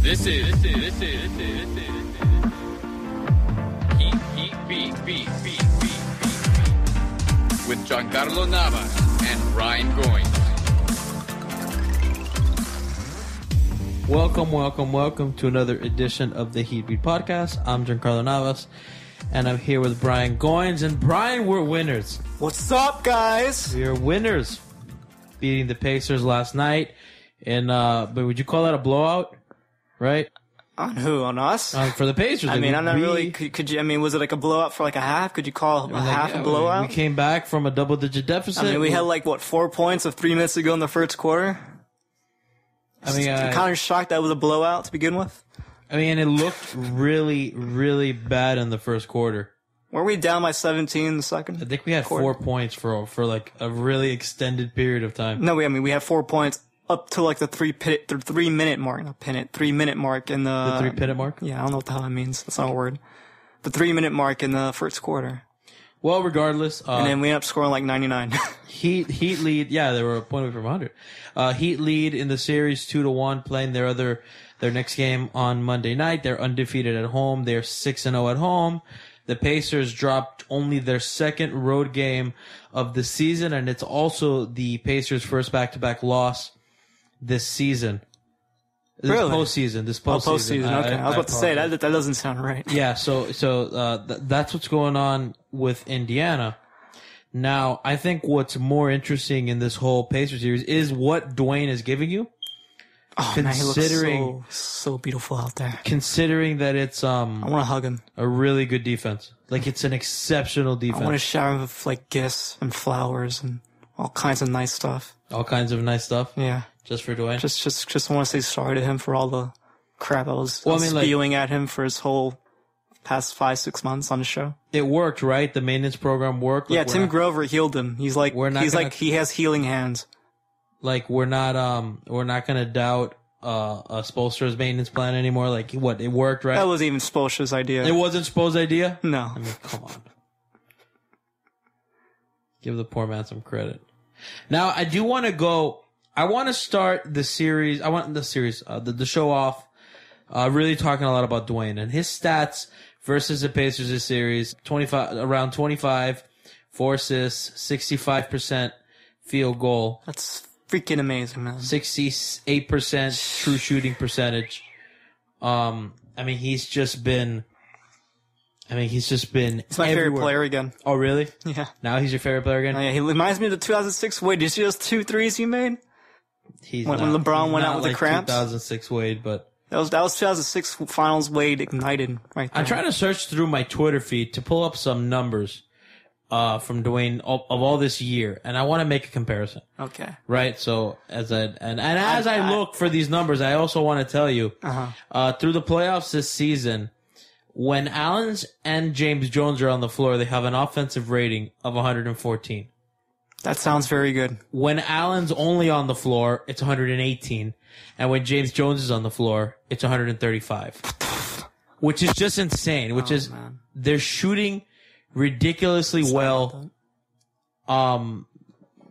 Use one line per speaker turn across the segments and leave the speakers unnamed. This is this is this is this is this is Heat Heat Beat Beat Beat Beat Beat with Giancarlo Navas and Ryan Goins.
Welcome, welcome, welcome to another edition of the Heat Beat Podcast. I'm Giancarlo Navas, and I'm here with Brian Goins. And Brian, we're winners.
What's up, guys?
We are winners, beating the Pacers last night. And uh but would you call that a blowout? Right
On who? On us?
um, for the Pacers.
I
like,
mean, I'm not
we-
really. Could, could you? I mean, was it like a blowout for like a half? Could you call a
like,
half
yeah,
a
we-
blowout?
We came back from a double-digit deficit.
I mean, we had like what four points with three minutes to go in the first quarter.
I mean,
I'm
uh,
kind of shocked that was a blowout to begin with.
I mean, it looked really, really bad in the first quarter.
Were we down by 17 in the
I
second?
think we had four points for for like a really extended period of time.
No, we. I mean, we had four points up to like the three pit, th- three minute mark, not pin it, three minute mark in the,
the three-pennant mark.
Yeah, I don't know what the hell that means. That's not a word. The three minute mark in the first quarter,
Well, regardless, uh,
and then we ended up scoring like 99.
Heat Heat lead. Yeah, they were a point away from 100. Uh, heat lead in the series two to one. Playing their other their next game on Monday night. They're undefeated at home. They're six and zero at home. The Pacers dropped only their second road game of the season, and it's also the Pacers' first back to back loss this season. This
Really?
postseason. This
Oh,
postseason. Uh,
postseason. Okay, I, was about to say
apologize.
that. That doesn't sound right.
Yeah, so so uh, th- that's what's going on with Indiana. Now, I think what's more interesting in this whole Pacers series is what Dwayne is giving you,
Oh, man, he looks
Considering-
so, so beautiful out there.
considering that it's
I
um
want to hug him.
a really good defense. Like it's an exceptional
I want to
defense,
shower him with like gifts and flowers and all kinds of nice stuff.
all kinds of nice stuff
Yeah,
just for Dwayne.
just just just want to say sorry to him for all the crap I was, I
Well, I
was
mean, like-
spewing at him for his whole past five six months on the show.
it worked, right? The maintenance program worked. Like,
yeah,
we're
Tim
not-
Grover healed him. He's like
We're not
he's
gonna-
like he has healing hands.
like we're not um we're not gonna doubt uh, uh Spolster's maintenance plan anymore. Like what it worked, right?
That was even Spolsha's idea.
it wasn't Spo's idea.
no,
I mean, come on. Give the poor man some credit. Now, I do want to go. I want to start the series. I want the series, uh, the, the show off, uh, really talking a lot about Dwayne and his stats versus the Pacers this series 25, around 25, four assists, 65% field goal,
that's freaking amazing, man.
68% true shooting percentage. Um, I mean, he's just been, I mean, he's just been.
He's my favorite
everywhere.
player again.
Oh, really?
Yeah.
Now he's your favorite player
Oh,
again?
yeah, he reminds me of the 2006 Wade. Did you see those two threes he made?
He's
When- when LeBron
he's
went out
not
with the cramps?
2006 Wade, but
That was that was 2006 Finals Wade ignited right there.
I'm trying to search through my Twitter feed to pull up some numbers uh, from Dwayne of, of all this year, and I want to make a comparison,
Okay.
right? So as I and, and as I, look for these numbers, I also want to tell you
Uh-huh.
uh through the playoffs this season, when Allen's and James Jones are on the floor, they have an offensive rating of 114.
That sounds very good.
When Allen's only on the floor, it's 118. And when James Jones is on the floor, it's 135. Which is just insane, which is they're shooting ridiculously well. Um,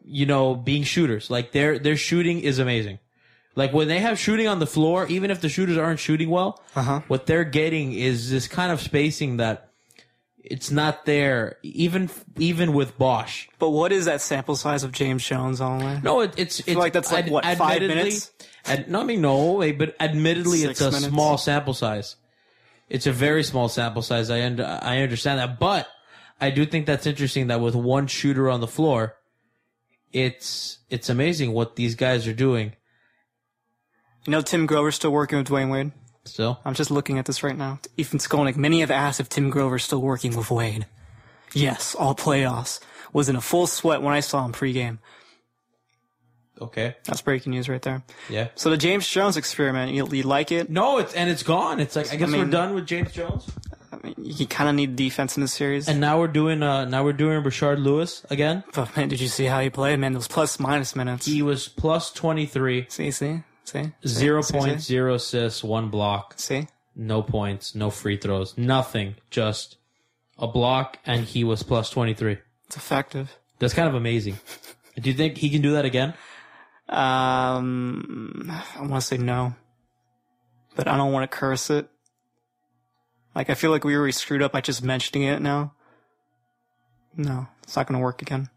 you know, being shooters. Like their their shooting is amazing. Like when they have shooting on the floor, even if the shooters aren't shooting well, what they're getting is this kind of spacing that it's not there even even with Bosch.
But what is that sample size of James Jones only?
No, it, it's it's
like that's like, what, five
admittedly-
minutes?
Ad, no, I mean no, wait, but admittedly,
Six
it's a
minutes?
small sample size. It's a very small sample size. I und- I understand that, but I do think that's interesting that with one shooter on the floor, it's it's amazing what these guys are doing.
You know, Tim Grover's still working with Dwayne Wade.
Still,
I'm just looking at this right now. Ethan Skolnick, many have asked if Tim Grover's still working with Wade. Yes, all playoffs. Was in a full sweat when I saw him pregame.
okay,
That's breaking news right there.
yeah.
So the James Jones experiment, you, you like it?
No, it's and it's gone. It's like I guess
mean-
we're done with James Jones,
You kind of need defense in this series.
and now we're doing uh now we're doing Richard Lewis again.
but man, did you see how he played? Man, those plus minus minutes.
He was plus 23,
see, see, see, see,
0.0 assists, one block.
see.
no points, no free throws, nothing, just a block, and he was plus 23.
It's effective.
That's kind of amazing. Do you think he can do that again?
Um, I want to say no, but I don't want to curse it. Like I feel like we already screwed up by just mentioning it now. No, it's not gonna work again.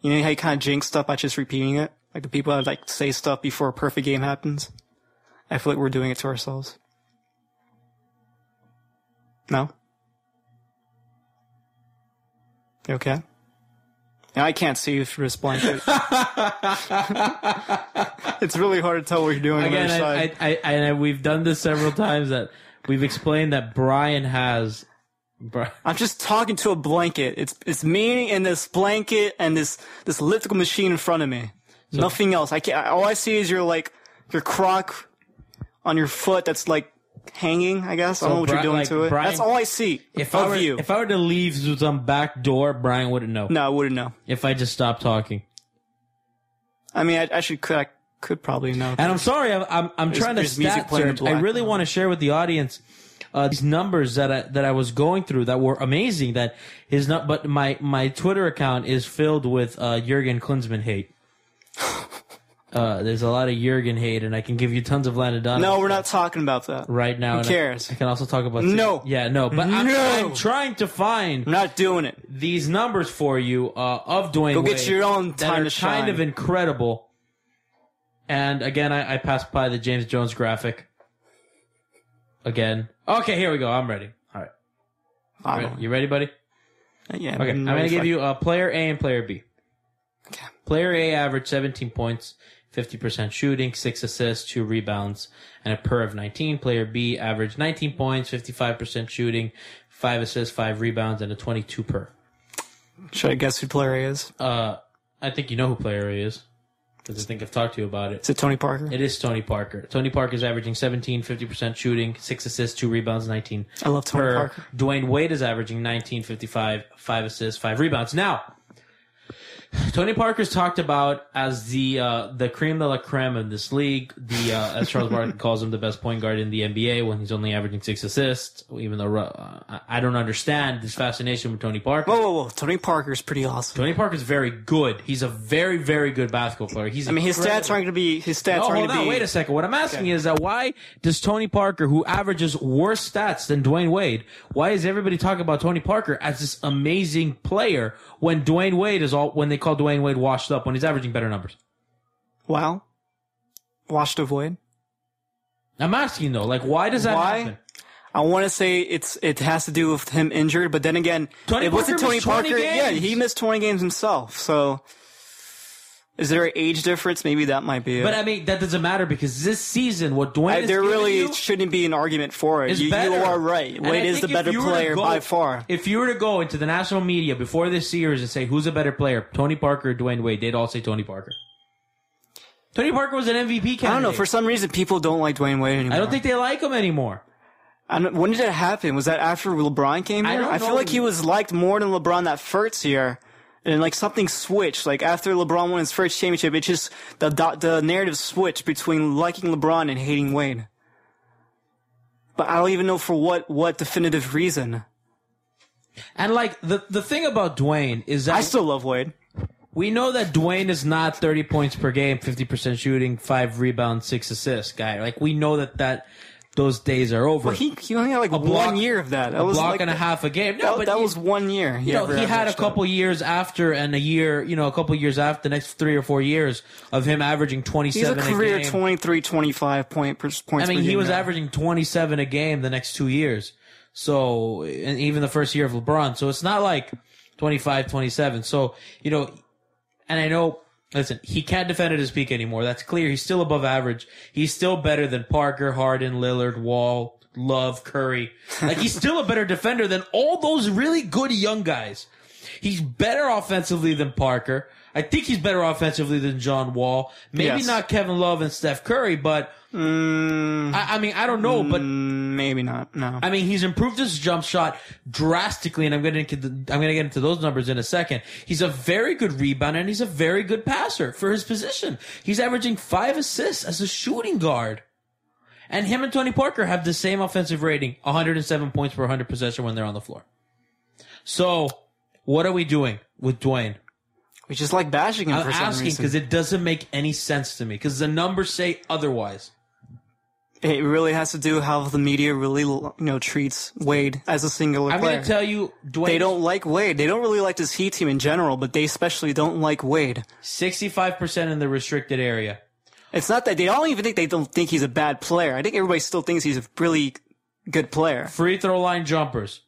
You know how you kind of jinx stuff by just repeating it, like the people that like say stuff before a perfect game happens. I feel like we're doing it to ourselves. No. You okay. Now, I can't see you through this blanket. it's really hard to tell what you're doing on
Again,
the other side.
I, I, I, and I, we've done this several times that we've explained that Brian has. Bri-
I'm just talking to a blanket. It's it's me and this blanket and this this elliptical machine in front of me. Nothing else. I can't. All I see is your like your croc on your foot that's like hanging. I guess I don't know what
Bri-
you're doing
like,
to it.
Brian-
that's all I see
If I,
of
were,
you.
if I were to leave through some back door, Brian wouldn't know.
no, I wouldn't know.
If I just stopped talking,
I mean, I, I should could I could probably know.
and I'm sorry, I'm I'm, I'm trying to
there's music
stat
playing in the
search. I
black
really
now.
want to share with the audience uh, these numbers that I that I was going through that were amazing. That is not, but my my Twitter account is filled with uh, Jurgen Klinsmann hate. Uh, there's a lot of Jurgen hate, and I can give you tons of Landon
No, we're not talking about that.
right now. and I-
cares?
I, can also talk about
No.
yeah, no, but I'm,
No.
I'm trying to find
I'm not doing it.
these numbers for you uh, of Dwayne.
Go get
Wade
your own
that
time
are
to shine.
kind of incredible. And again, I, I passed by the James Jones graphic. Again, okay, here we go. I'm ready. All right,
I
Ready.
don't-
you ready, buddy?
yeah.
Okay, I'm
no,
gonna
it's
give
like-
you uh, player A and player B.
Okay.
Player A averaged 17 points, 50% shooting, six assists, two rebounds, and a per of 19. Player B averaged 19 points, 55% shooting, five assists, five rebounds, and a 22 per.
Should I guess who player A is?
Uh, I think you know who player A is because I think I've talked to you about it.
Is it Tony Parker?
It is Tony Parker. Tony Parker is averaging 17, 50% shooting, 6 assists, 2 rebounds, 19.
I love Tony
Per
Parker.
Dwayne Wade is averaging 19, 55, 5 assists, 5 rebounds. Now, Tony Parker's talked about as the uh, the cream de la creme in this league, the uh, as Charles Barkley calls him, the best point guard in the NBA when he's only averaging 6 assists, even though uh, I- I don't understand this fascination with Tony Parker.
Whoa, whoa, whoa! Tony Parker's pretty awesome.
Tony Parker's very good. He's a very, very good basketball player. He's
I mean, his stats aren't going to be his stats
Oh,
aren't
hold
going to
on.
be.
Wait a second. What I'm asking is that why does Tony Parker, who averages worse stats than Dwayne Wade, why is everybody talking about Tony Parker as this amazing player when Dwayne Wade is all when they call Dwayne Wade washed up when he's averaging better numbers?
Wow. Washed of Wade.
I'm asking though, like why does that
Why?
happen?
I want to say it's it has to do with him injured, but then again,
Tony
it wasn't
Parker
Tony
missed 20
Parker. Yeah,
games.
he missed 20 games himself. So Is there an age difference? Maybe that might be it.
But I mean, that doesn't matter because this season, what Dwayne
I-
is
there
giving
really
you
shouldn't be an argument for it.
is
You, you
better.
are right.
And
Wade
I
is the
think if
better
you were to
player
go-
by far.
If you were to go into the national media before this series and say who's a better player, Tony Parker or Dwayne Wade, they'd all say Tony Parker. Tony Parker was an MVP candidate.
I don't know. For some reason, people don't like Dwayne Wade anymore.
I don't think they like him anymore.
I don't- when did that happen? Was that after LeBron came
I
here?
don't
I, feel
know.
like he was liked more than LeBron that first year. And like something switched. Like after LeBron won his first championship, it just the the, the narrative switched between liking LeBron and hating Wade. But I don't even know for what what definitive reason.
And like the the thing about Dwayne is that
I still love Wade.
we know that Dwayne is not thirty points per game, fifty percent shooting, five rebounds, six assists guy. Like we know that that those days are over.
But he, he only had like one
block-
year of that. That
a
was
block
like,
and a half a game. No,
That,
but
that
he-
was one year.
You know,
ever
he had a
averaged that.
couple years after and a year, you know, a couple years after the next three or four years of him averaging
He's a
27
career
game.
23, 25 point per, points
I mean,
per
he
game
was
guy.
averaging 27 a game the next two years. So, and even the first year of LeBron. So it's not like 25, 27. So, you know, and I know, listen, he can't defend at his peak anymore. That's clear. He's still above average. He's still better than Parker, Harden, Lillard, Wall, Love, Curry. Like he's still a better defender than all those really good young guys. He's better offensively than Parker. I think he's better offensively than John Wall. Maybe
Yes.
not Kevin Love and Steph Curry, but I, I mean, I don't know, but
Mm, Maybe not. No.
I mean, he's improved his jump shot drastically, and I'm going to I'm going to get into those numbers in a second. He's a very good rebounder, and he's a very good passer for his position. He's averaging five assists as a shooting guard, and him and Tony Parker have the same offensive rating, 107 points per 100 possession when they're on the floor. So, what are we doing with Dwayne?
we just like bashing him
I'm
for some
Uh, asking
reason.
because it doesn't make any sense to me because the numbers say otherwise.
It really has to do how the media really, you know, treats Wade as a singular
I'm
player.
going to tell you, Dwayne.
they don't like Wade. They don't really like this Heat team in general, but they especially don't like Wade.
65% in the restricted area.
It's not that they don't even think they don't think he's a bad player. I think everybody still thinks he's a really good player.
Free throw line jumpers,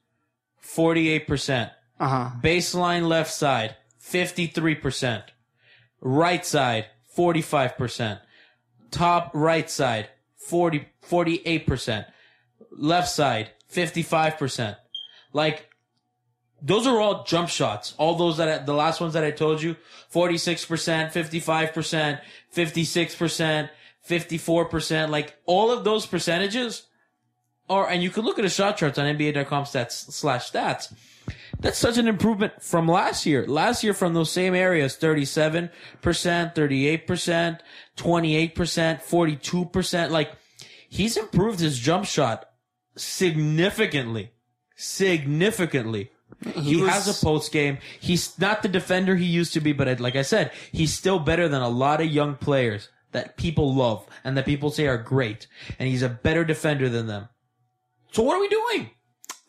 48%.
Uh huh.
Baseline left side, 53%. Right side, 45%. Top right side, 40, 48%. Left side, 55%. Like, those are all jump shots. All those that I, the last ones that I told you, 46%, 55%, 56%, 54%. Like, all of those percentages are, and you can look at the shot charts on NBA.com stats slash stats. That's such an improvement from last year. Last year from those same areas, 37%, 38%, 28%, 42%. Like he's improved his jump shot significantly, significantly. He,
was-
has a post game. He's not the defender he used to be, but like I said, he's still better than a lot of young players that people love and that people say are great. And he's a better defender than them. So what are we doing?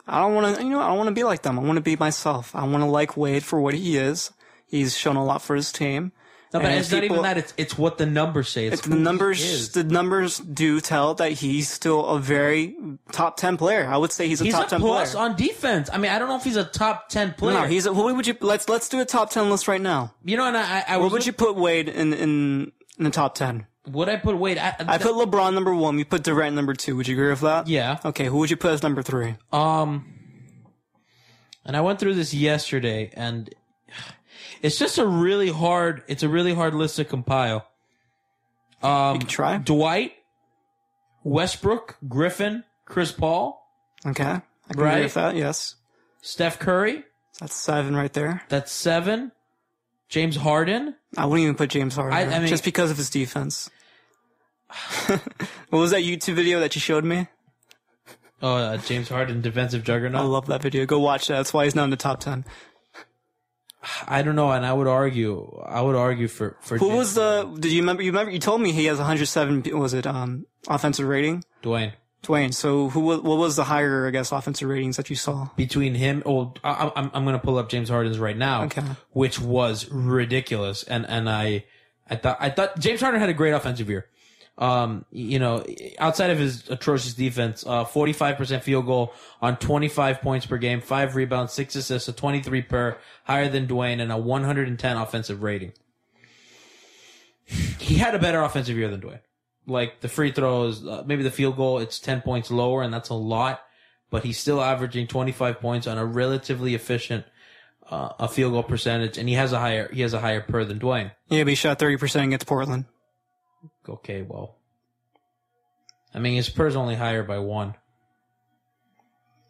I don't want to, you know, I don't want to be like them. I want to be myself. I want to like Wade for what he is. He's shown a lot for his team.
No, but
And
it's not even
people-
that. It's it's what the numbers say. It's,
It's the
who he
numbers.
is.
The numbers do tell that he's still a very top ten player. I would say he's a
He's
top
a
ten
plus
player.
on defense. I mean, I don't know if he's a top ten player.
no, he's. A, what would you? Let's let's do a top ten list right now.
you know, and I, I, I
Where
was
would you put Wade in in in the top ten?
would I put Wade? I,
I put LeBron number one. You put Durant number two. Would you agree with that?
yeah.
Okay. Who would you put as number three?
Um, and I went through this yesterday, and it's just a really hard. It's a really hard list to compile. Um,
can try.
Dwight, Westbrook, Griffin, Chris Paul,
Okay. I can
Right.
agree with that. Yes.
Steph Curry.
That's seven right there.
That's seven. James Harden.
I wouldn't even put James Harden
I-
there,
I mean-
just because of his defense. what was that YouTube video that you showed me?
Oh, uh, James Harden, defensive juggernaut.
I love that video. Go watch that. That's why he's not in the top ten.
I don't know, and I would argue, I would argue for for
Who
James-
was the? Did you remember? You remember? You told me he has 107. what Was it um offensive rating?
Dwayne
Dwayne. So who? wa- What was the higher? I guess offensive ratings that you saw.
between him. Oh, I, I'm I'm gonna pull up James Harden's right now,
Okay.
which was ridiculous, and and I I thought I thought James Harden had a great offensive year. Um, you know, outside of his atrocious defense, uh, 45% field goal on 25 points per game, five rebounds, six assists, a 23 per, higher than Dwayne, and a 110 offensive rating. he had a better offensive year than Dwayne. Like the free throws, uh, maybe the field goal, it's 10 points lower and that's a lot, but he's still averaging 25 points on a relatively efficient, uh, a field goal percentage and he has a higher, he has a higher per than Dwayne.
Yeah, but he shot 30% against Portland.
Okay, well, I mean, his per's only higher by one.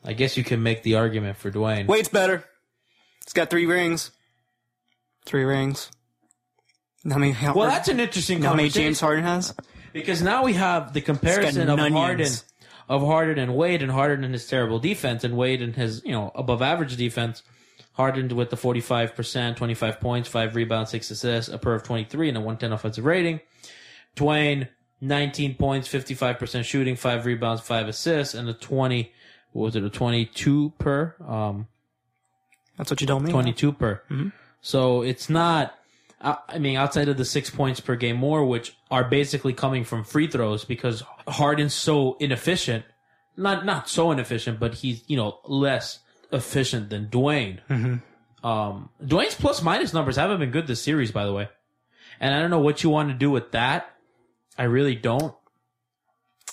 I guess you can make the argument for Dwayne.
Wade's better. It's got three rings. Three rings. How many? How,
well, that's an interesting
how many
conversation.
James Harden has?
Because now we have the comparison of
nunions.
Harden of Harden and Wade and Harden and his terrible defense and Wade and his, you know, above average defense. Hardened with the 45%, 25 points, 5 rebounds, 6 assists, a per of 23 and a 110 offensive rating. Dwayne, 19 points, 55% shooting, 5 rebounds, 5 assists, and a 20, what was it, a 22 per? Um,
That's what you don't mean.
22 per. So it's not, I I mean, outside of the six points per game more, which are basically coming from free throws because Harden's so inefficient. Not, not so inefficient, but he's, you know, less efficient than Dwayne. Um, Dwayne's plus minus numbers haven't been good this series, by the way. And I don't know what you want to do with that. I really don't.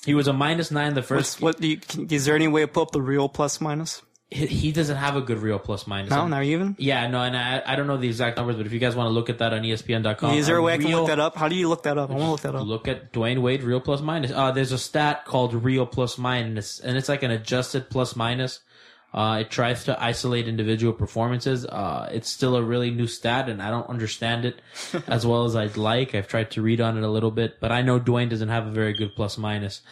He was a minus nine the first.
What's, what do you, can, is there any way to pull up the real plus minus?
He, he doesn't have a good real plus minus.
No, not even.
Yeah, no, and I, I don't know the exact numbers, but if you guys want to look at that on E ESPN.com,
is there a way I can
Uh, real-
look that up? How do you look that up? I want to look that up.
Look at Dwayne Wade real plus minus. Uh, there's a stat called real plus minus, and it's like an adjusted plus minus. Uh, it tries to isolate individual performances. Uh, it's still a really new stat, and I don't understand it as well as I'd like. I've tried to read on it a little bit, but I know Dwayne doesn't have a very good plus minus.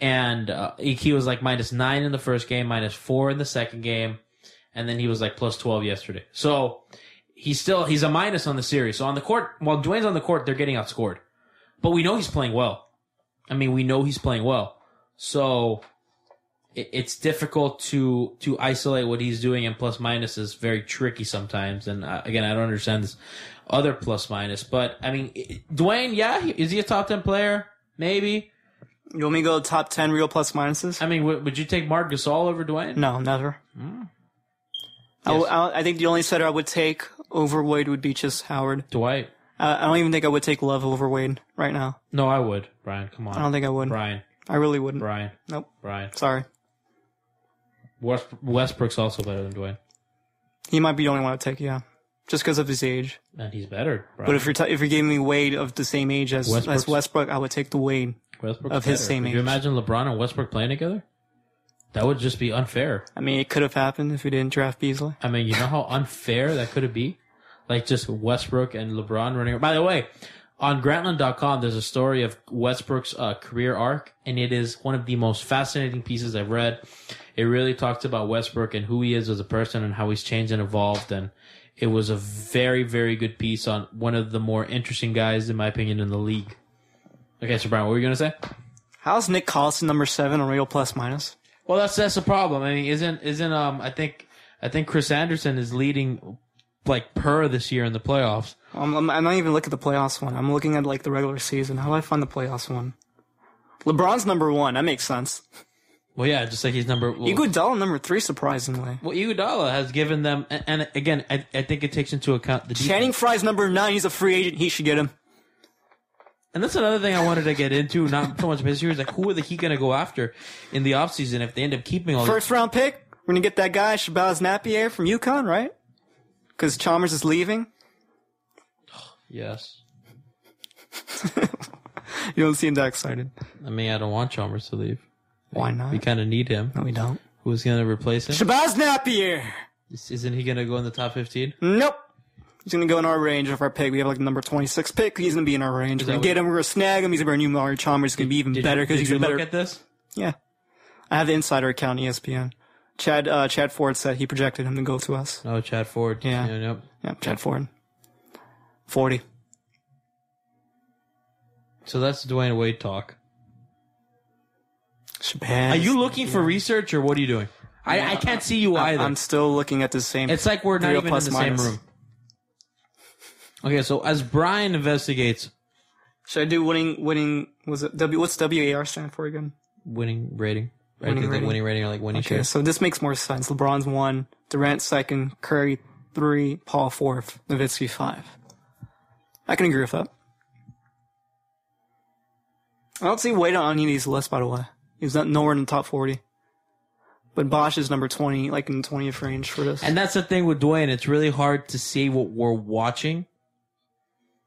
And uh, he was like minus nine in the first game, minus four in the second game, and then he was like plus twelve yesterday. So he's still he's a minus on the series. So on the court, while Dwayne's on the court, they're getting outscored but we know he's playing well. I mean, we know he's playing well. So it, it's difficult to to isolate what he's doing, and plus minus is very tricky sometimes. And uh, again, I don't understand this other plus minus, but I mean, i- Dwayne, yeah, he- is he a top ten player? Maybe.
You want me to go top ten real plus minuses?
I hmm. mean, w- would you take Mark Gasol over Dwayne?
No, never. I, w- I- I think the only setter I would take over Wade would be just Howard.
Dwight.
Uh, I don't even think I would take Love over Wade right now.
No, I would. Brian, come on.
I don't think I would.
Brian,
I really wouldn't.
Brian,
Nope.
Brian.
Sorry.
West- Westbrook's also better than Dwayne,
He might be the only one I'd take. Yeah, just because of his age.
and he's better. Brian.
But if you're t- if you're giving me Wade of the same age as
Westbrook's-
as Westbrook, I would take the Wade.
Westbrook's
of his
better.
same
Could you
age.
imagine LeBron and Westbrook playing together? That would just be unfair.
I mean, it could have happened if we didn't draft Beasley.
I mean, you know how unfair that could be? Like just Westbrook and LeBron running. By the way, on Grantland.com, there's a story of Westbrook's uh, career arc, and it is one of the most fascinating pieces I've read. It really talks about Westbrook and who he is as a person and how he's changed and evolved. And it was a very, very good piece on one of the more interesting guys, in my opinion, in the league. Okay, so Brian, what were you going to say?
How's Nick Collison number seven on real plus minus?
Well, that's that's the problem. I mean, isn't isn't um? I think I think Chris Anderson is leading like per this year in the playoffs.
I'm, I'm, I'm not even looking at the playoffs one. I'm looking at like the regular season. How do I find the playoffs one? LeBron's number one. That makes sense.
Well, yeah, just like he's number. Well,
Iguodala number three, surprisingly.
well, Iguodala has given them, and, and again, I, I think it takes into account the defense.
Channing Fry's number nine. He's a free agent. He should get him.
And that's another thing I wanted to get into. Not so much about this year, is like who are the Heat going to go after in the offseason if they end up keeping all
First round pick. We're gonna get that guy Shabazz Napier from UConn, right? Because Chalmers is leaving.
These, yes,
You don't seem that excited.
I mean I don't want Chalmers to leave.
Why not?
We kind of need him.
No, we don't.
Who's going to replace him?
Shabazz Napier.
Isn't he going to go in the top fifteen?
Nope. He's gonna go in our range of our pick. We have like the number twenty-six pick. He's gonna be in our range. We're gonna
what-
get him. We're gonna snag him. He's gonna be our new Mario Chalmers. He's gonna be even
Did-
better because
did
he's
you
a
look
better.
at this.
yeah, I have the insider account E ESPN. Chad uh, Chad Ford said he projected him to go to us.
Oh, Chad Ford.
Yeah.
Yep.
Yeah, Chad Ford. Forty.
So that's Dwayne Wade talk.
Shabazz.
Are you looking for research or what are you doing? I, I can't see you either.
I'm still looking at the same.
it's like we're not
Real
even
plus
in the
minus.
same room. Okay, so as Brian investigates
Should I do winning? Winning was it W? What's WAR stand for again?
winning rating, I
Winning
think like
rating.
winning rating or like winning
Okay,
shares.
so this makes more sense. LeBron's one, Durant second, Curry three, Paul fourth, Nowitzki five. I can agree with that. I don't see Wade on any of these lists, by the way. He's not nowhere in the top 40. But Bosch is number 20, like in the 20th range for this.
And that's the thing with Dwayne. It's really hard to see what we're watching.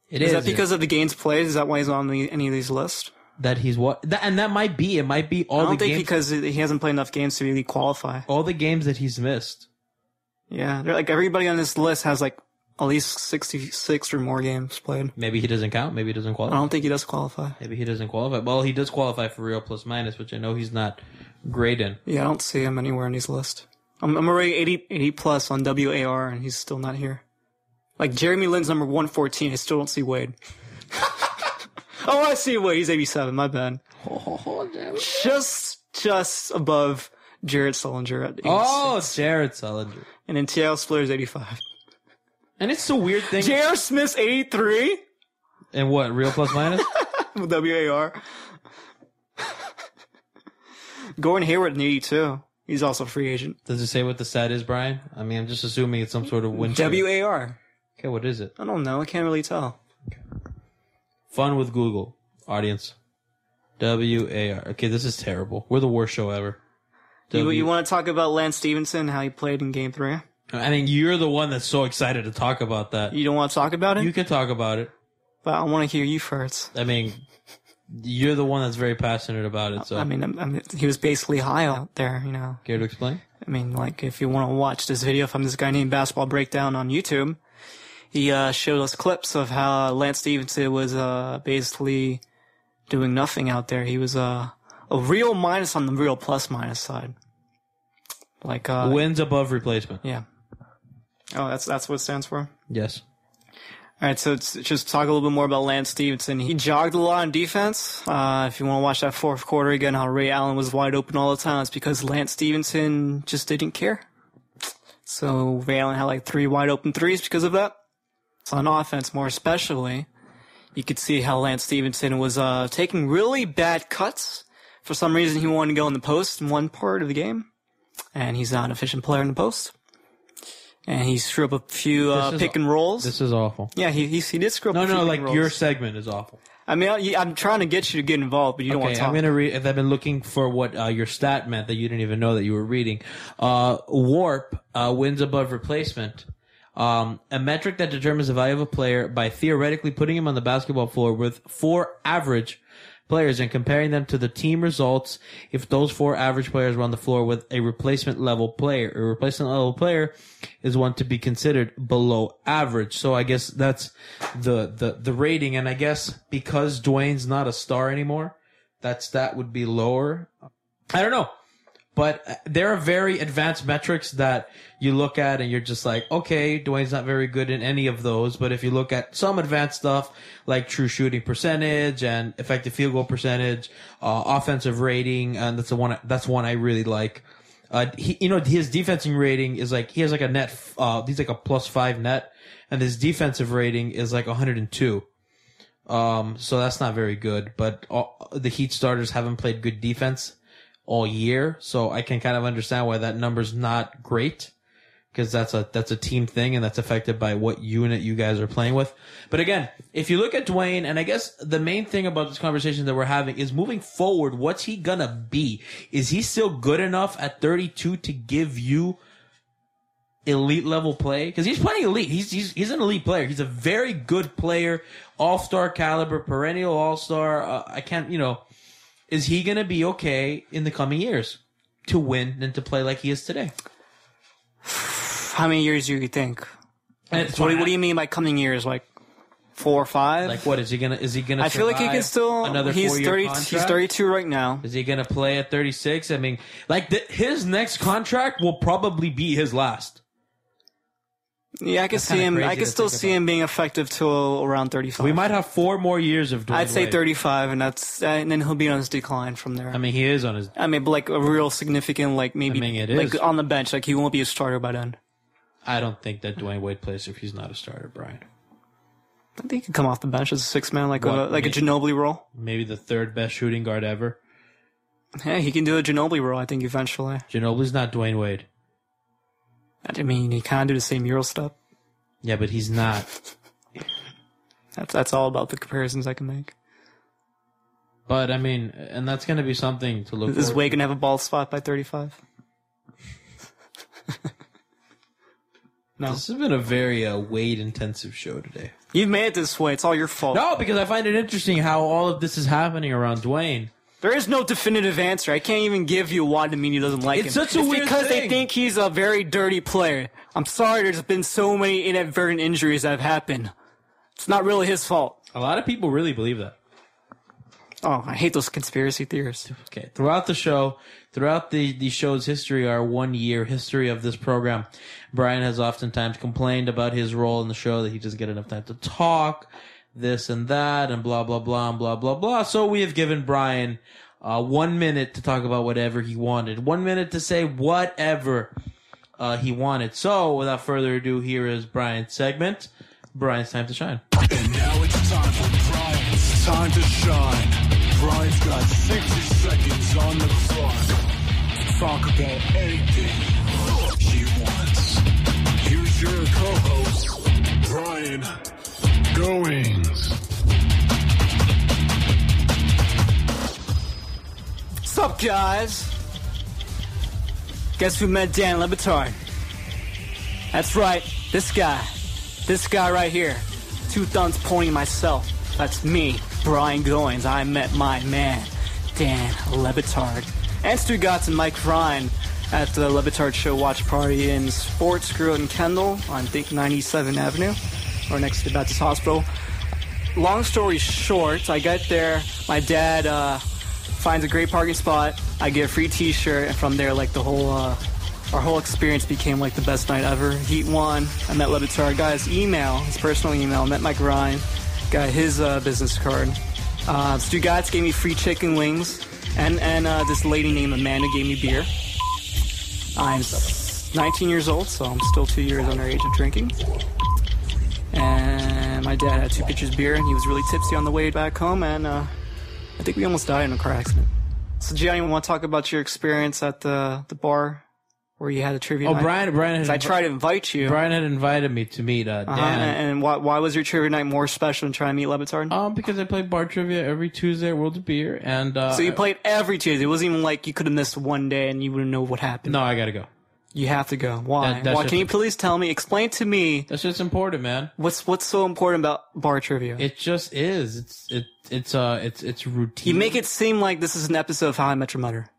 It
is
is
that because of the games played? Is that why he's on the, any of these lists?
that he's what, that, and that might be. It might be
I
all the
don't think
games,
because he hasn't played enough games to really qualify.
all the games that he's missed.
Yeah, they're like everybody on this list has like at least 66 or more games played.
Maybe he doesn't count. Maybe he doesn't
I
qualify.
don't think he does qualify.
Maybe he doesn't qualify. Well, he does qualify for Rio plus minus, which I know he's not great in.
Yeah, I don't see him anywhere on his list. I'm, I'm already 80, 80 plus on WAR and he's still not here. Like Jeremy Lin's number 114. I still don't see Wade. oh, I see Wade. He's 87. My bad. Just, just above Jared Sullinger at 86.
Oh, Jared Sullinger.
And then TL Splitter's 85.
And it's the weird thing.
J.R. Smith's 83
and what? Rio plus minus?
with WAR. Gordon Hayward in 82. He's also a free agent.
Does it say what the stat is, Brian? I mean, I'm just assuming it's some sort of win. share.
WAR.
Okay, what is it?
I don't know. I can't really tell.
Fun with Google audience. W A R. Okay, this is terrible. We're the worst show ever.
You,
W-
you want to talk about Lance Stevenson, how he played in game three?
I mean, you're the one that's so excited to talk about that.
You don't want to talk about it?
You can talk about it.
but I want to hear you first.
I mean, you're the one that's very passionate about it. So,
I mean, I'm, I'm, he was basically high out there, you know.
care to explain?
I mean, like, if you want to watch this video from this guy named Basketball Breakdown on YouTube, he uh, showed us clips of how Lance Stevenson was uh, basically doing nothing out there. He was uh, a real minus on the real plus minus side. Like, uh,
Wins above replacement.
yeah. Oh, that's that's what it stands for.
Yes.
All right, so it's, just talk a little bit more about Lance Stevenson. He jogged a lot on defense. Uh, if you want to watch that fourth quarter again, how Ray Allen was wide open all the time, it's because Lance Stevenson just didn't care. So Ray Allen had like three wide open threes because of that. So on offense, more especially, you could see how Lance Stevenson was uh, taking really bad cuts. For some reason, he wanted to go in the post in one part of the game, and he's not an efficient player in the post. And he threw up a few uh,
is-
pick and rolls.
This is awful.
Yeah, he he, he did screw up.
No,
a few
no,
pick
like
and rolls.
your segment is awful.
I mean, I, I'm trying to get you to get involved, but you don't want
Okay,
to talk.
I'm gonna read. I've been looking for what uh, your stat meant that you didn't even know that you were reading. Uh, warp uh, wins above replacement, um, a metric that determines the value of a player by theoretically putting him on the basketball floor with four average players and comparing them to the team results. If those four average players were on the floor with a replacement level player, a replacement level player is one to be considered below average. So I guess that's the the the rating. And I guess because Dwayne's not a star anymore that stat would be lower. I don't know. But uh, there are very advanced metrics that you look at and you're just like, okay, Dwayne's not very good in any of those. But if you look at some advanced stuff like true shooting percentage and effective field goal percentage, uh, offensive rating, and that's the one, that's one I really like. Uh, he, you know, his defensive rating is like, he has like a net, f- uh, he's like a plus five net and his defensive rating is like 102. Um, so that's not very good. But all, the Heat starters haven't played good defense all year, so I can kind of understand why that number's not great because that's a that's a team thing and that's affected by what unit you guys are playing with. But again, if you look at Dwayne, and I guess the main thing about this conversation that we're having is moving forward, what's he gonna be? Is he still good enough at 32 to give you elite level play? Because he's playing elite. He's, he's he's an elite player. He's a very good player, all star caliber, perennial all star. Uh, I can't, you know, is he gonna be okay in the coming years to win and to play like he is today?
How many years do you think?
And it's
What do,
fine.
what do you mean by coming years? Like four or five?
Like what is he gonna? Is he gonna?
I feel like he can
survive
still.
another
he's
four-year
thirty.
contract?
He's thirty-two right now.
Is he gonna play at thirty six? I mean, like the, his next contract will probably be his last.
Yeah, I could see
kinda
him.
crazy
I could
to
still
think
see
about.
him being effective till around thirty-five.
We might have four more years of. Dwayne
I'd say
Wade.
thirty-five, and that's uh, and then he'll be on his decline from there.
I mean, he is on his.
I mean, but like a real significant, like maybe
I mean, it
like
is.
on the bench, like he won't be a starter by then.
I don't think that Dwayne Wade plays if he's not a starter, Brian.
I think he could come off the bench as a six man, like a
What,
like a
me-
Ginobili role.
Maybe the third best shooting guard ever.
Yeah, he can do a Ginobili role, I think, eventually.
Ginobili's not Dwayne Wade.
I mean, he kind of do the same mural stuff.
Yeah, but he's not.
That's that's all about the comparisons I can make.
But I mean, and that's going to be something to look.
Is
forward
Way gonna have a bald spot by 35?
to.
no.
This has been a very uh, Wade intensive show today.
You've made it this way. It's all your fault.
No, because I find it interesting how all of this is happening around Dwayne.
There is no definitive answer. I can't even give you why Domini doesn't like
It's
him.
such a
it's
weird
because they
thing.
think he's a very dirty player. I'm sorry, there's been so many inadvertent injuries that have happened. It's not really his fault.
A lot of people really believe that.
Oh, I hate those conspiracy theorists.
Okay. Throughout the show, throughout the, the show's history, our one year history of this program, Brian has oftentimes complained about his role in the show that he doesn't get enough time to talk, this and that, and blah, blah, blah, and blah, blah, blah. So we have given Brian uh, one minute to talk about whatever he wanted, one minute to say whatever uh, he wanted. So without further ado, here is Brian's segment. Brian's time to shine.
Now it's time for Brian. It's time to shine. Brian's got 60 seconds on the clock. Talk about anything he wants. Here's your co-host, Brian Goings.
What's up, guys? Guess who met Dan Lebitard? That's right, this guy. This guy right here. Two thumbs pointing myself. That's me, Brian Goins. I met my man, Dan Lebitard. And Stu Gotts and Mike Ryan at the Lebitard Show Watch Party in Sports Grill and Kendall on, I think, 97 Avenue, or next to the Baptist Hospital long story short, I get there. My dad uh, finds a great parking spot. I get a free T-shirt, and from there, like the whole uh, our whole experience became like the best night ever. Heat won. I met Levitar. Got his email, his personal email. Met Mike Ryan. Got his uh, business card. Uh, Stu Gatz gave me free chicken wings, and and uh, this lady named Amanda gave me beer. I'm 19 years old, so I'm still two years underage of drinking and my dad had two pitchers of beer and he was really tipsy on the way back home and uh, i think we almost died in a car accident so johnny want to talk about your experience at the, the bar where you had a trivia
Oh,
night?
Brian, Brian,
'Cause
had,
i tried to invite you
Brian had invited me to meet uh,
uh-huh,
Dan.
and, and why, why was your trivia night more special than trying to meet Levitard?
Um, because I play bar trivia every Tuesday at World of Beer, and uh,
so you played every Tuesday. It wasn't even like you could have missed one day and you wouldn't know what happened.
No, I gotta go.
You have to go. Why?
That- that's
why?
just-
Can you please tell me? Explain to me
That's just important, man.
what's what's so important about bar trivia?
It just is. It's it it's uh it's it's routine.
you make it seem like this is an episode of How I Met Your Mother.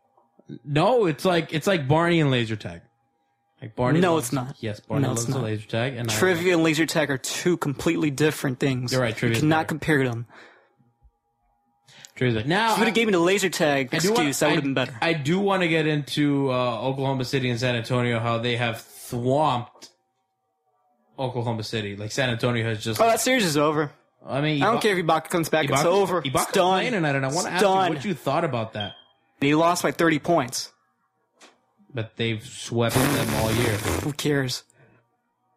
no. It's like it's like Barney and laser tag. Like Barney.
No,
loves-
it's not.
Yes, Barney
No, it's
loves the
not.
laser tag and I-
Trivia and laser tag are two completely different things.
You're right, trivia's
You cannot
better.
compare them.
Trivia's like now.
If you would have gave me the laser tag
I do wanna-
excuse, that
I-
would have been better.
I do want to get into uh, Oklahoma City and San Antonio. How they have thwomped Oklahoma City. Like San Antonio has just.
oh, that series is over.
I mean,
I
Ibaka-
don't care if Ibaka comes back. it's
Ibaka-
over.
Ibaka's
it's done.
playing tonight, and I want to
It's
ask
done.
you what you thought about that.
They lost by 30 points.
but they've swept them all year.
Who cares?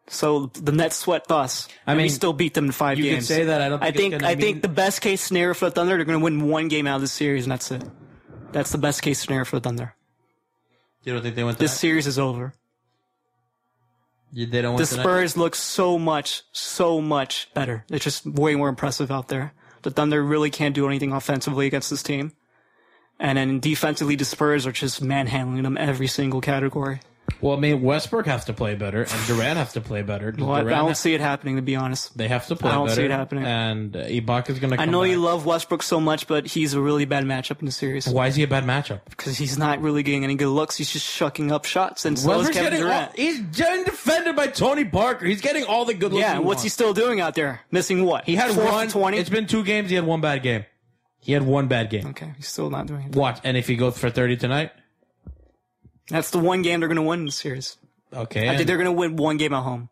So the Nets swept us.
I
I mean, we
mean,
still beat them in five
you could
games.
say that, I don't
I
think
think.
it's
I
gonna mean-
think the best case scenario for the Thunder, they're going to win one game out of this series, and that's it. That's the best case scenario for the Thunder.
You don't think they went
This
tonight?
series is over.
You- they don't
The
want tonight?
Spurs look so much, so much better. They're just way more impressive out there. The Thunder really can't do anything offensively against this team. And then defensively, the Spurs are just manhandling them every single category.
Well, I mean, Westbrook has to play better, and Durant has to play better.
Well, I, I
Durant
don't
ha-
see it happening, to be honest.
they have to play
I don't see
better.
it happening.
And uh, Ibaka's going to.
I know you love Westbrook so much, but he's a really bad matchup in the series
Why is he a bad matchup?
because he's not really getting any good looks. He's just shucking up shots, and so is
Westbrook's
Kevin
getting
Durant.
all- he's getting defended by Tony Parker. He's getting all the good looks.
yeah,
he
what's he
wants.
still doing out there? Missing what?
He had
Four for
one.
20?
It's been two games. He had one bad game. He had one bad game.
okay, he's still not doing it.
Watch, and if he goes for thirty tonight,
That's the one game they're going to win in the series.
okay.
I
and-
think they're going to win one game at home,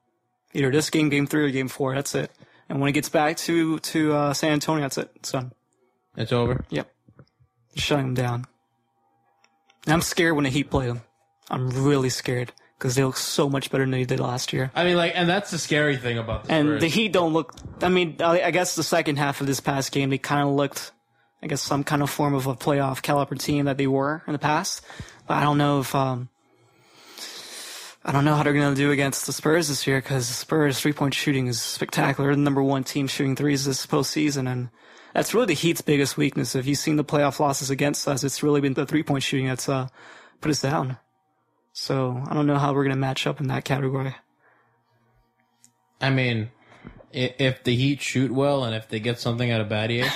either this game, game three, or game four. That's it. And when it gets back to to uh, San Antonio, that's it. It's done.
it's over.
Yep, shutting them down. And I'm scared when the Heat play them. I'm really scared because they look so much better than they did last year.
I mean, like, and that's the scary thing about the
And
Spurs.
the Heat don't look. I mean, I, I guess the second half of this past game, they kind of looked, I guess, some kind of form of a playoff caliber team that they were in the past. But I don't know if um, I don't know how they're going to do against the Spurs this year because Spurs three point shooting is spectacular. They're the number one team shooting threes this postseason, and that's really the Heat's biggest weakness. If you've seen the playoff losses against us, it's really been the three point shooting that's uh, put us down. So I don't know how we're going to match up in that category.
I mean, i- if the Heat shoot well and if they get something out of Battier,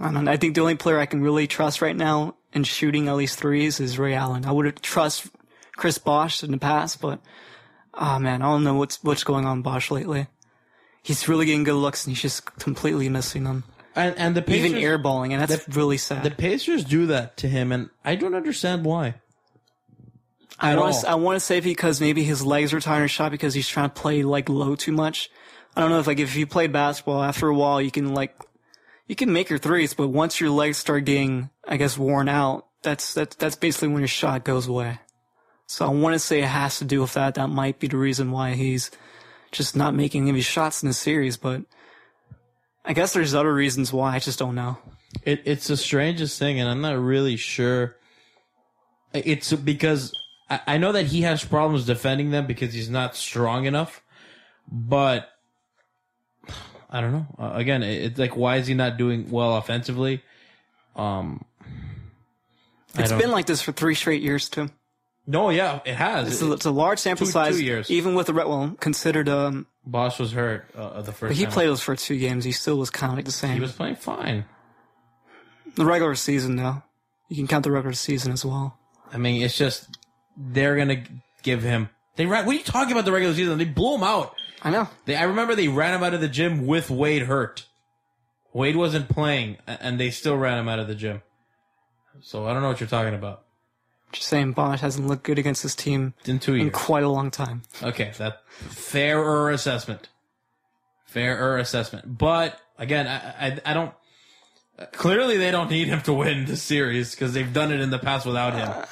I don't. know. I think the only player I can really trust right now in shooting at least threes is Ray Allen. I would trust Chris Bosch in the past, but ah man, I don't know what's what's going on with Bosch lately. He's really getting good looks, and he's just completely missing them.
and and the Pacers,
Even airballing, and that's really sad.
the Pacers do that to him, and I don't understand why.
I
at
want
all.
to I want to say because maybe his legs are tired of shot because he's trying to play like low too much. I don't know if like if you play basketball after a while you can like you can make your threes, but once your legs start getting I guess worn out, that's that's that's basically when your shot goes away. So I want to say it has to do with that. That might be the reason why he's just not making any shots in the series, but I guess there's other reasons why I just don't know.
It, it's the strangest thing, and I'm not really sure. It's because I, I know that he has problems defending them because he's not strong enough, but I don't know. Uh, again, it, it's like why is he not doing well offensively? Um, I
It's
don't-
been like this for three straight years too.
no, yeah, it has.
It's a, it's a large sample
Two- two
size,
years.
even with the red well considered um,
Boss was hurt uh, the first.
But he
time.
played those for two games. He still was kind of like the
He
same.
was playing fine.
the regular season, though, you can count the regular season as well.
I mean, it's just they're gonna give him. They ran. What are you talking about? The regular season? They blew him out.
I know.
They, I remember they ran him out of the gym with Wade hurt. Wade wasn't playing, a- and they still ran him out of the gym. So I don't know what you're talking about.
Just saying, Bosch hasn't looked good against his team
In two
in
years.
quite a long time.
Okay, that fairer assessment. Fairer assessment. But again, I I, I don't. Clearly, they don't need him to win the series because they've done it in the past without him,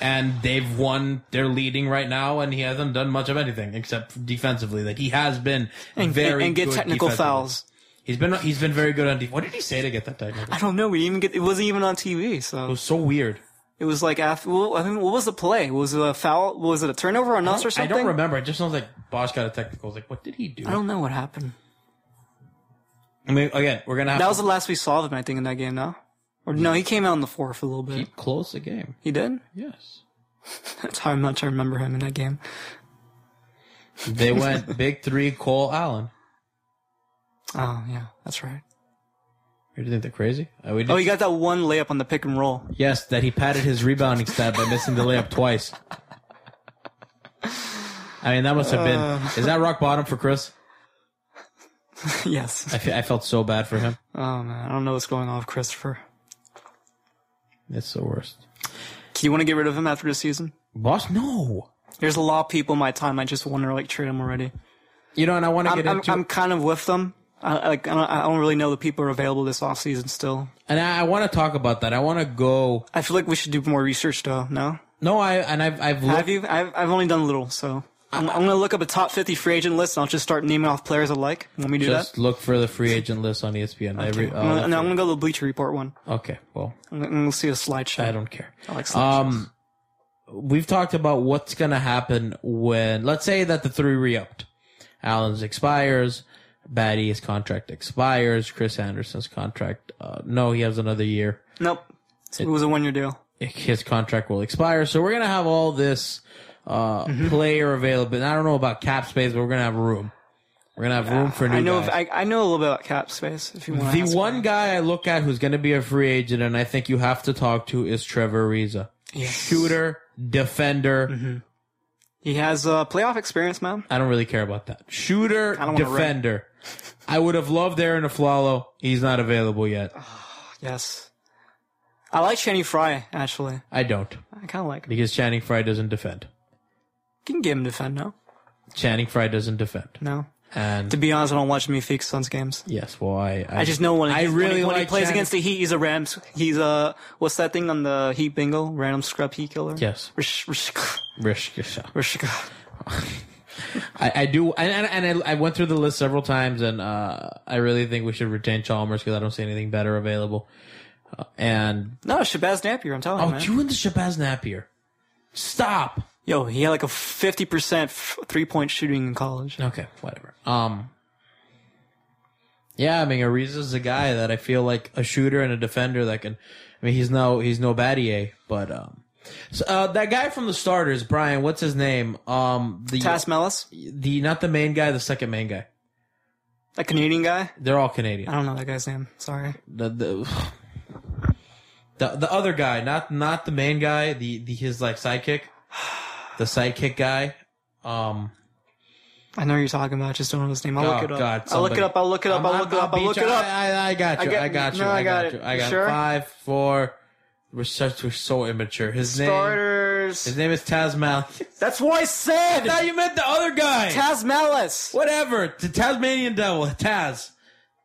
and they've won. They're leading right now, and he hasn't done much of anything except defensively. That he has been
And,
very
and get
good
technical
defensively.
fouls.
He's been he's been very good on defense. What did he say to get that technical?
I
It
don't know. We didn't even get. It wasn't even on TV. So
was so weird.
it was like after. Well, I mean, what was the play? Was it a foul? Was it a turnover on us or
I
something?
don't remember. I just know like Bosch got a technical. I was like, what did he do?
I
I,
don't know what happened.
mean, again, we're gonna have
That
to
was the last we saw of him. I think in that game. No, or no, he came out in the fourth a little bit.
keep close the game.
He did.
Yes.
That's how much I remember him in that game.
They went big three Cole Allen.
Oh yeah, that's right.
You think they're crazy? Uh, we did-
Oh, he got that one layup on the pick and roll.
yes, that he padded his rebounding stat by missing the layup twice. I mean, that must have been.
Uh.
Is that rock bottom for Chris?
yes.
I fe- I felt so bad for him.
Oh man, I don't know what's going on with Christopher.
It's the worst.
Do you want to get rid of him after the season?
Boss, no.
There's a lot of people in my time. I just want to like trade him already.
You know, and I want to get
I'm, I'm,
into.
I'm kind of with them. I, like I don't, I don't really know the people who are available this offseason still.
and I, I want to talk about that. I want to go.
I feel like we should do more research though. No,
No, I and I've I've looked
have you? I've, I've only done a little, so I'm, I'm gonna look up a top 50 free agent list and I'll just start naming off players I like. Want me to do
just
that?
look for the free agent list on E ESPN. Every,
I'm gonna,
oh,
no, I'm gonna go to the Bleacher Report one.
okay, well,
I'm gonna, I'm gonna see a slideshow.
I don't care.
I like slideshows.
Um, we've talked about what's going to happen when, let's say that the three re-upped. Allen's expires, Batty's contract expires, Chris Anderson's contract, uh, no, he has another year.
nope. It was a one-year deal.
His contract will expire. So we're going to have all this, uh,
Mm-hmm.
player available. And I don't know about cap space, but we're going to have room. We're going to have room for new
Uh, I know.
guys.
If, I, I know a little bit about cap space. If you want
the one guy I look at who's going to be a free agent and I think you have to talk to is Trevor Ariza. Shooter, defender,
Mm-hmm. He has uh, playoff experience, man.
I don't really care about that. Shooter,
Kinda wanna
defender. I would have loved Aaron Aflalo. He's not available yet.
Yes. I like Channing Frye, actually.
I don't
I kind of like him.
because Channing Frye doesn't defend.
You can give him defend, no?
Channing Frye doesn't defend.
No. To
And
be honest, I don't watch Meefique Suns games.
yes, well, I I,
I just know when,
I
when
really
he, when he
like
plays
Channing-
against the Heat, he's a Rams. He's a. What's that thing on the Heat bingo? Random scrub Heat killer?
Yes.
Rish, rish,
Rish Gasha.
rish.
I, I do, and and, and I, I went through the list several times, and uh, I really think we should retain Chalmers because I don't see anything better available. Uh, and
No, Shabazz Napier, I'm telling
oh,
you, man.
you and the Shabazz Napier, stop!
Yo, he had like a 50% f- three point shooting in college.
Okay, whatever. Um, yeah, I mean, Ariza's a guy that I feel like a shooter and a defender that can. I mean, he's no he's no Battier, but um, so, uh, that guy from the starters, Brian, what's his name? Um, the
Tass Mellis,
the not the main guy, the second main guy.
that Canadian guy.
They're all
I
Canadian.
don't know that guy's name. Sorry.
The the the, the other guy, not not the main guy, the, the his like sidekick, the sidekick guy. Um,
I know who you're talking about. I just don't know his name. I'll look
Oh,
it up.
God,
I'll look it
somebody-
up. I'll look it up.
I'm-
I'll
I'm-
look it up. I'll
beat
look
you.
it
I,
up.
I, I got
I
you. I,
get-
got you.
no,
I got, you. I
You
got
sure?
five, four. We're such we're so immature. His name his
Starters.
name is Taz Mal.
That's what I said.
now you meant the other guy.
Taz Mellis.
Whatever. The Tasmanian devil. Taz.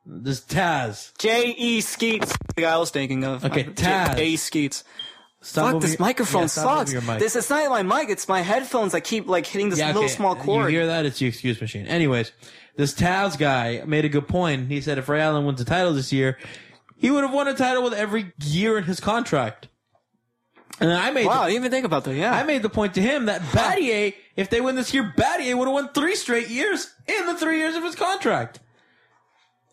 This Taz.
J E Skeets. The guy I was thinking of.
Okay,
Uh, J-
Taz.
A Skeets.
Stop
Fuck,
moving-
this microphone
yeah, stop
sucks.
moving your mic.
This it's not my mic. It's my headphones. I keep like hitting this
Yeah,
little
okay.
small cord.
You hear that? It's the excuse machine. Anyways, this Taz guy made a good point. He said if Ray Allen wins the title this year, he would have won a title with every year in his contract. And I made
wow,
the,
I didn't even think about that. Yeah.
I made the point to him that Battier, if they win this year, Battier would have won three straight years in the three years of his contract,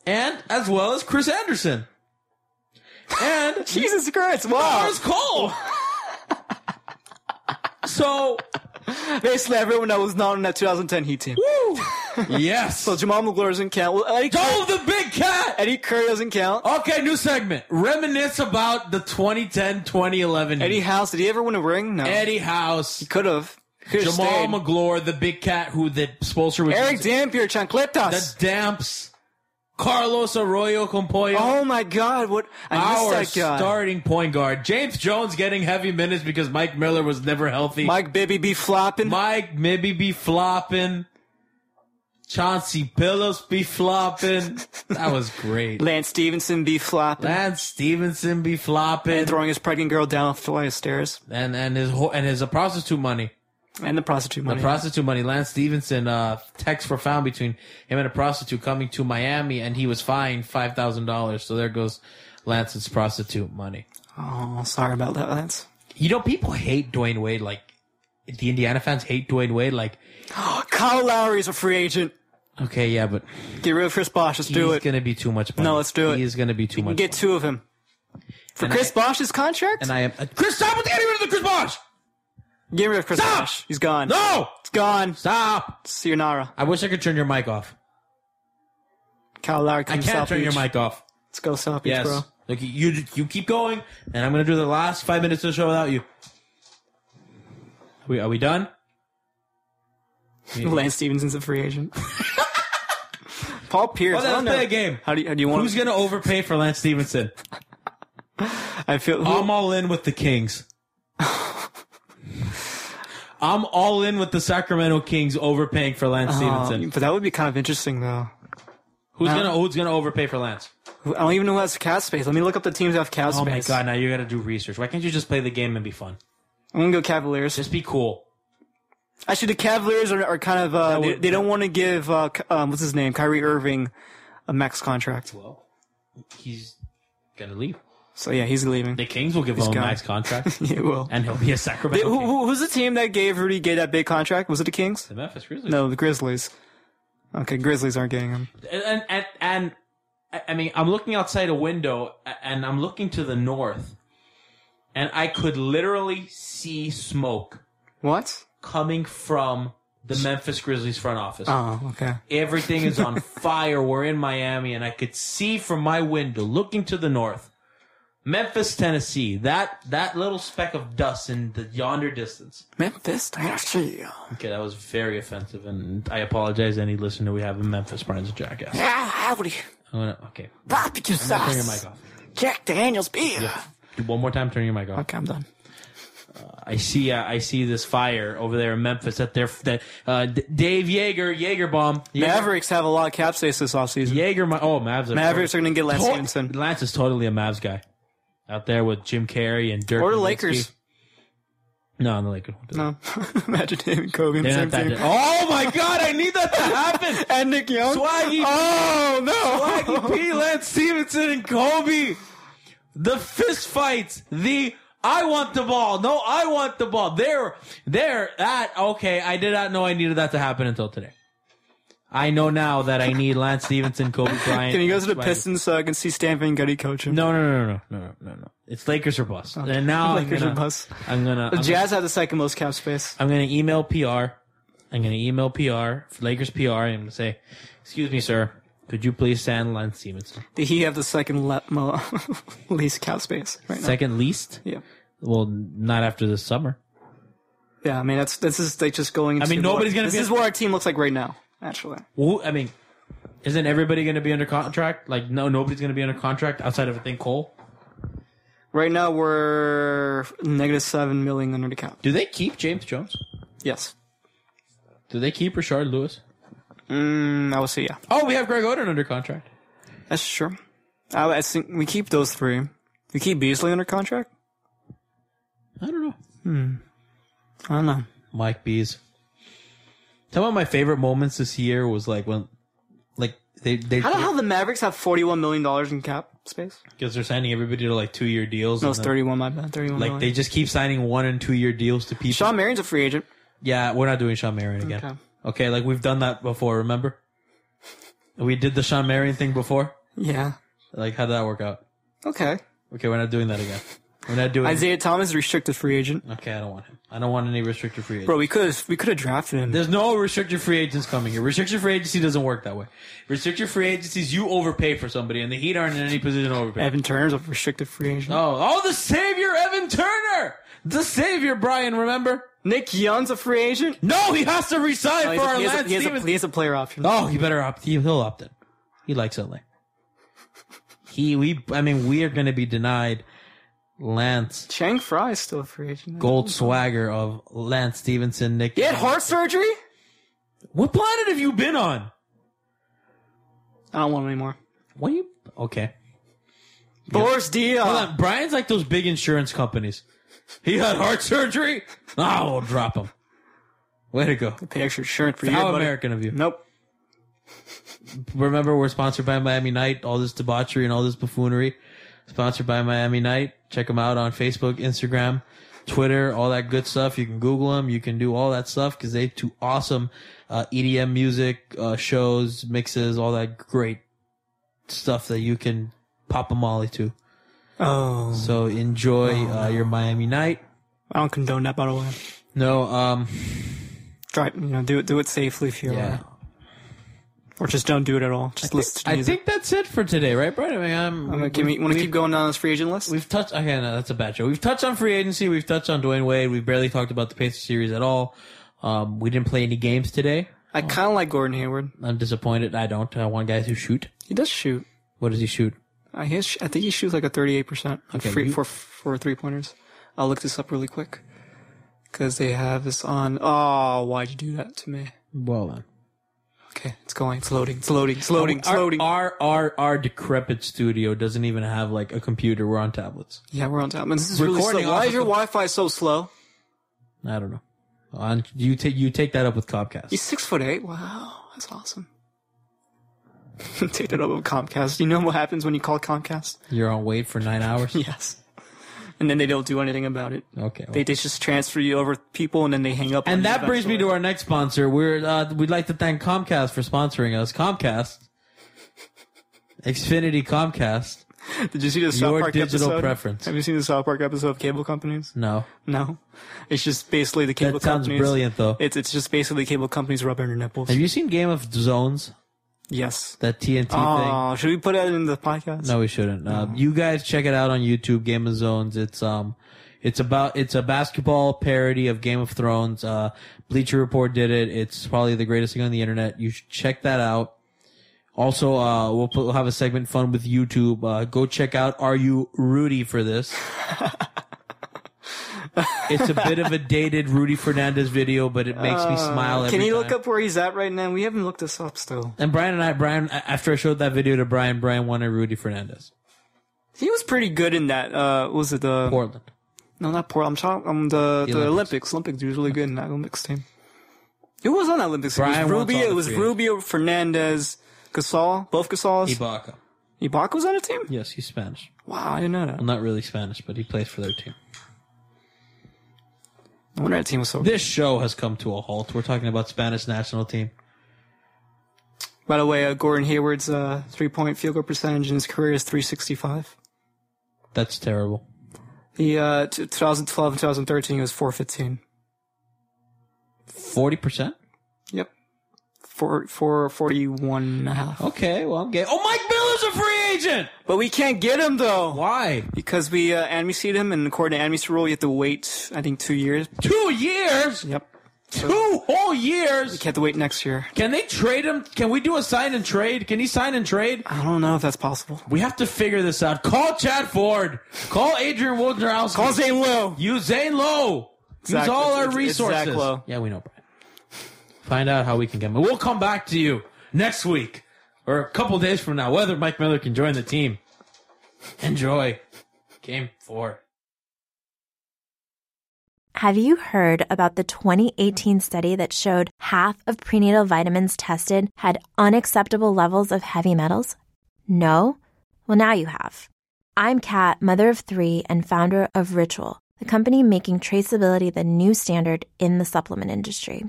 and as well as Chris Anderson. And
Jesus Christ! Wow.
Chris Cole. so,
Basically, everyone that was not on that 2010 Heat team.
woo, yes.
So Jamal McGlory doesn't count. Well, Eddie, Curry,
Go the big cat!
Eddie Curry doesn't count.
Okay, new segment. Reminisce about the 2010 2011
Eddie House, did he ever win a ring? No.
Oh. Eddie House,
Could have. Could have
Jamal
stayed.
McGlure, the big cat who the sponsor was
Eric Dampier,
the
Chancletas.
Damps, Carlos Arroyo Compoyo.
Oh my God! What I
our
missed that guy.
starting point guard. James Jones getting heavy minutes because Mike Miller was never healthy.
Mike Bibby be flopping.
Mike maybe be flopping. Chauncey Billups be flopping. that was great.
Lance Stevenson be flopping.
Lance Stevenson be flopping.
and throwing his pregnant girl down the flight of stairs.
and and his whole, and his uh, prostitute money,
And the prostitute
the
money.
prostitute money. Lance Stevenson uh, texts were found between him and a prostitute coming to Miami, and he was fined five thousand dollars. So there goes Lance's prostitute money.
oh, sorry about that, Lance.
You know, people hate Dwayne Wade. Like the Indiana fans hate Dwayne Wade. Like,
Kyle Lowry's a free agent.
okay, yeah, but
Get rid of Chris Bosh. Let's
he's
do it.
gonna be too much. Money.
No, let's do it.
He is gonna be too much.
Get two of him. For Chris Bosh's contract?
and I am uh, Chris. Stop with getting rid of the Chris Bosh.
Get rid of Chris
Stop!
Bosh. He's gone.
No,
It's gone.
stop.
Sayonara.
I wish I could turn your mic off.
Kyle Lowry
I
comes
can't
South
turn
Beach.
your mic off.
Let's go South Beach,
Yes.
bro.
Look, you you keep going, and I'm gonna do the last five minutes of the show without you. Are we, are we done?
Lance Stevenson's a free agent. Paul Pierce.
Well,
I
let's
don't know.
play a game.
How do you, how do you want?
Who's gonna overpay for Lance Stevenson?
I feel. Who,
I'm all in with the Kings. I'm all in with the Sacramento Kings overpaying for Lance
Oh,
Stevenson.
but that would be kind of interesting, though.
Who's gonna who's gonna overpay for Lance?
I don't even know who has cap space. Let me look up the teams that have cap
Oh my
space.
god! Now you gotta do research. Why can't you just play the game and be fun?
I'm gonna go Cavaliers.
Just be cool.
Actually, the Cavaliers are, are kind of. Uh, they,
would-
they don't want to give. Uh, K- um, what's his name? Kyrie Irving, a max contract.
Well, he's gonna leave.
So yeah, he's leaving.
The Kings will give him a
gone.
max contract,
yeah, well.
and he'll be a Sacramento.
Who,
King.
who, who's the team that gave Rudy Gay that big contract? Was it the Kings?
The Memphis Grizzlies.
No, the Grizzlies. Okay, Grizzlies aren't getting him.
And and and I- I mean, I'm looking outside a window a- and I'm looking to the north, and I could literally see smoke
What?
coming from the Memphis Grizzlies front office.
Oh, okay.
Everything is on fire. We're in Miami, and I could see from my window, looking to the north, Memphis, Tennessee. That that little speck of dust in the yonder distance.
Memphis, Tennessee.
Okay, that was very offensive, and I apologize to any listener we have in Memphis. Brian's a jackass.
Yeah, howdy.
I'm gonna okay.
Barbecue
Turn your mic off.
Jack Daniels beer.
One more time, turn your mic off.
Okay, I'm done.
I see, uh, I see this fire over there in Memphis. That they're that uh, D- Dave Yeager, Yeager bomb, Yeager,
Mavericks have a lot of cap space this offseason.
Yeager. My, oh, Mavs. Are
Mavericks are going to get Lance
to-
Stevenson.
Lance is totally a Mavs guy. Out there with Jim Carrey and Dirk.
Or the
Nowitzki.
Lakers.
No, the Lakers. won't do that.
No. Imagine him and Kobe in the
They're
same
not that
team.
good. Oh my God! I need that to happen.
And Nick Young.
Swaggy.
Oh, no.
Swaggy P, Lance Stevenson, and Kobe. The fist fights. The I want the ball. No, I want the ball. There, there, that, okay. I did not know I needed that to happen until today. I know now that I need Lance Stevenson, Kobe Bryant.
Can you go to the
Dwight-
Pistons so I can see Stan Van Gundy coaching?
No, no, no, no, no, no, no, no. It's Lakers or bust. And now
Lakers
I'm
or
gonna,
bust.
I'm gonna,
The
I'm
Jazz have the second most cap space.
I'm gonna email PR. I'm gonna email PR, Lakers PR, and I'm gonna say, "Excuse me, sir, could you please send Lance Stevenson
Did he have the second le- mo- least cap space right now?
second least?
Yeah.
Well, not after this summer.
Yeah, I mean that's this is like just going. Into
mean, nobody's
what-
gonna
This
be-
is what our team looks like right now. Actually,
Who? I mean, isn't everybody gonna be under contract? Like, no, nobody's gonna be under contract outside of I think Cole.
right now we're negative seven million under the cap.
Do they keep James Jones?
Yes,
Do they keep Richard Lewis?
mm, I would say yeah.
Oh, we have Greg Oden under contract.
That's true. I, I think we keep those three. We keep Beasley under contract.
I don't know.
I don't know.
Mike Bees. Some of my favorite moments this year was like when, like they they
I don't know how the Mavericks have forty-one million dollars in cap space.
because they're signing everybody to like two year deals.
No,
and
it's
then-
thirty-one. My bad. Thirty-one.
Like they just keep signing one and two year deals to people.
Sean Marion's a free agent.
yeah, we're not doing Sean Marion again.
Okay.
Okay. like we've done that before. Remember, we did the Sean Marion thing before.
Yeah.
Like, how did that work out?
Okay.
Okay, we're not doing that again. We're not doing.
Isaiah Thomas is restricted free agent.
okay, I don't want him. I don't want any restricted free agents.
Bro, we could have we could have drafted him.
There's no restricted free agents coming here. Restricted free agency doesn't work that way. Restricted free agencies, you overpay for somebody, and the Heat aren't in any position to overpay.
Evan Turner's a restricted free agent.
Oh, oh, the savior, Evan Turner, the savior, Brian. Remember?
Nick Young's a free agent.
No, he has to resign
Oh,
for
he's
our
a- he, has a,
Lance
he, has a,
Stevens.
he has a player option.
Oh, he better opt. He, he'll opt in. He likes LA. He, we, I mean, we are going to be denied Lance
Chang Fry's still a free agent.
Gold Swagger of Lance Stevenson, Nick.
Get heart surgery?
What planet have you been on?
I don't want him anymore.
What you? Okay.
Boris Diaw.
Hold on. Brian's like those big insurance companies. He had heart surgery. Ah, we'll drop him. Way to go.
Pay extra insurance for you.
How
buddy.
American of you.
Nope.
remember we're sponsored by Miami Night. All this debauchery and all this buffoonery, sponsored by Miami Night. Check them out on Facebook, Instagram, Twitter, all that good stuff. You can Google them. You can do all that stuff because they do awesome uh, EDM music uh, shows, mixes, all that great stuff that you can pop a molly to.
Oh.
So enjoy uh, your Miami Night.
I don't condone that, by the way.
No, um,
Drive, you know, do it, do it safely if you
yeah.
are. Or just don't do it at all. Just listen to
I
music.
think that's it for today, right, Brian? I mean, I'm,
I'm gonna, can we, want to keep going down this free agent list?
We've touched. Okay, no, that's a bad show. We've touched on free agency. We've touched on Dwayne Wade. We've barely talked about the Pacers series at all. Um, we didn't play any games today.
I kind of like Gordon Hayward.
I'm disappointed. I don't. I want guys who shoot.
He does shoot.
What does he shoot?
I, he has, I think he shoots like a 38% on
Okay,
free,
you-
for, for three pointers. I'll look this up really quick. Because they have this on. Oh, why'd you do that to me?
Well, then.
Okay, it's going. It's loading. It's loading. It's loading. It's
Our-
loading.
Our, our our decrepit studio doesn't even have like a computer. We're on tablets.
yeah, we're on time. And this is really
Recording
slow. Why
off
is your
of the-
Wi-Fi so slow?
I don't know. On you take you take that up with Comcast.
He's six foot eight. Wow, that's awesome. Take it up with Comcast. You know what happens when you call Comcast?
You're on wait for nine hours.
Yes. And then they don't do anything about it.
Okay.
They, they just transfer you over people, and then they hang up. on
And
you
that brings me to
eventually.
our next sponsor. We're uh, we'd like to thank Comcast for sponsoring us. Comcast, Xfinity Comcast.
Did you see the South
your
Park
digital
episode?
preference.
Have you seen the South Park episode of cable companies?
No,
No, it's just basically the cable
that sounds
companies.
brilliant though.
It's it's just basically cable companies rubbing their nipples.
Have you seen Game of Zones?
yes.
That TNT thing.
Oh, should we put that in the podcast?
No, we shouldn't. Uh, you guys check it out on YouTube. Game of Zones. It's um, it's about it's a basketball parody of Game of Thrones. Uh, Bleacher Report did it. It's probably the greatest thing on the internet. You should check that out. Also, uh, we'll, put, we'll have a segment fun with YouTube. Uh, go check out Are You Rudy for this? it's a bit of a dated Rudy Fernandez video, but it makes me smile. Every
Uh, Can you look
time.
up where he's at right now? We haven't looked this up still.
And Brian and I, Brian, a- after I showed that video to Brian, Brian wanted Rudy Fernandez,
He was pretty good in that. Uh, what was it the
Portland.
no, not poor. I'm talking um, the the, Olympics. Olympics.
Olympics.
He was really good in that Olympics team. Who was on that Olympics? team? it
Brian
was
wants
Rubio.
all the
It was
three.
Rubio, Fernandez, Gasol. Both Gasols.
Ibaka.
Ibaka was on a team.
Yes, he's Spanish.
Wow, I didn't know that.
Well, not really Spanish, but he plays for their team.
I wonder that team was so good.
This show has come to a halt. We're talking about Spanish national team.
By the way, uh, Gordon Hayward's uh, three point field goal percentage in his career is 365.
That's terrible.
The uh, t- 2012 and 2013 he was 415.
Forty percent.
Yep. Four, four, 41 and a half.
Okay. Well, I'm gay. Oh, Mike Miller's a free agent.
But we can't get him though.
Why?
Because we uh, amnesied him, and according to amnesty rule, you have to wait, I think, two years.
Two years.
Yep.
Two whole years.
You have to wait next year.
Can they trade him? Can we do a sign and trade? Can he sign and trade?
I don't know if that's possible.
We have to figure this out. Call Chad Ford. Call Adrian Wojnarowski.
Call Zane Lowe.
Use Zane Lowe. Use
Zach-
all our
it's- it's
resources.
Zach Lowe.
Yeah, we know, Brian. Find out how we can get him. We'll come back to you next week or a couple days from now whether Mike Miller can join the team. Enjoy game four.
Have you heard about the 2018 study that showed half of prenatal vitamins tested had unacceptable levels of heavy metals? No? Well, now you have. I'm Kat, mother of three and founder of Ritual, the company making traceability the new standard in the supplement industry.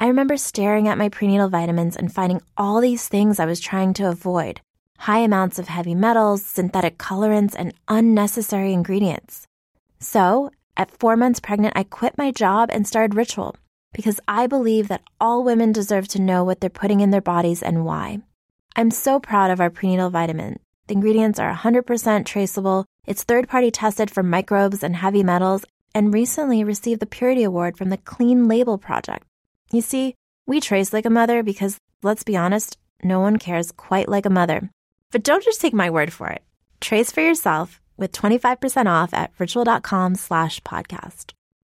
I remember staring at my prenatal vitamins and finding all these things I was trying to avoid high amounts of heavy metals, synthetic colorants, and unnecessary ingredients. So, at four months pregnant, I quit my job and started Ritual because I believe that all women deserve to know what they're putting in their bodies and why. I'm so proud of our prenatal vitamin. The ingredients are 100% traceable, it's third party tested for microbes and heavy metals, and recently received the Purity Award from the Clean Label Project. You see, we trace like a mother because, let's be honest, no one cares quite like a mother. But don't just take my word for it. Trace for yourself with 25% off at ritual.com slash podcast.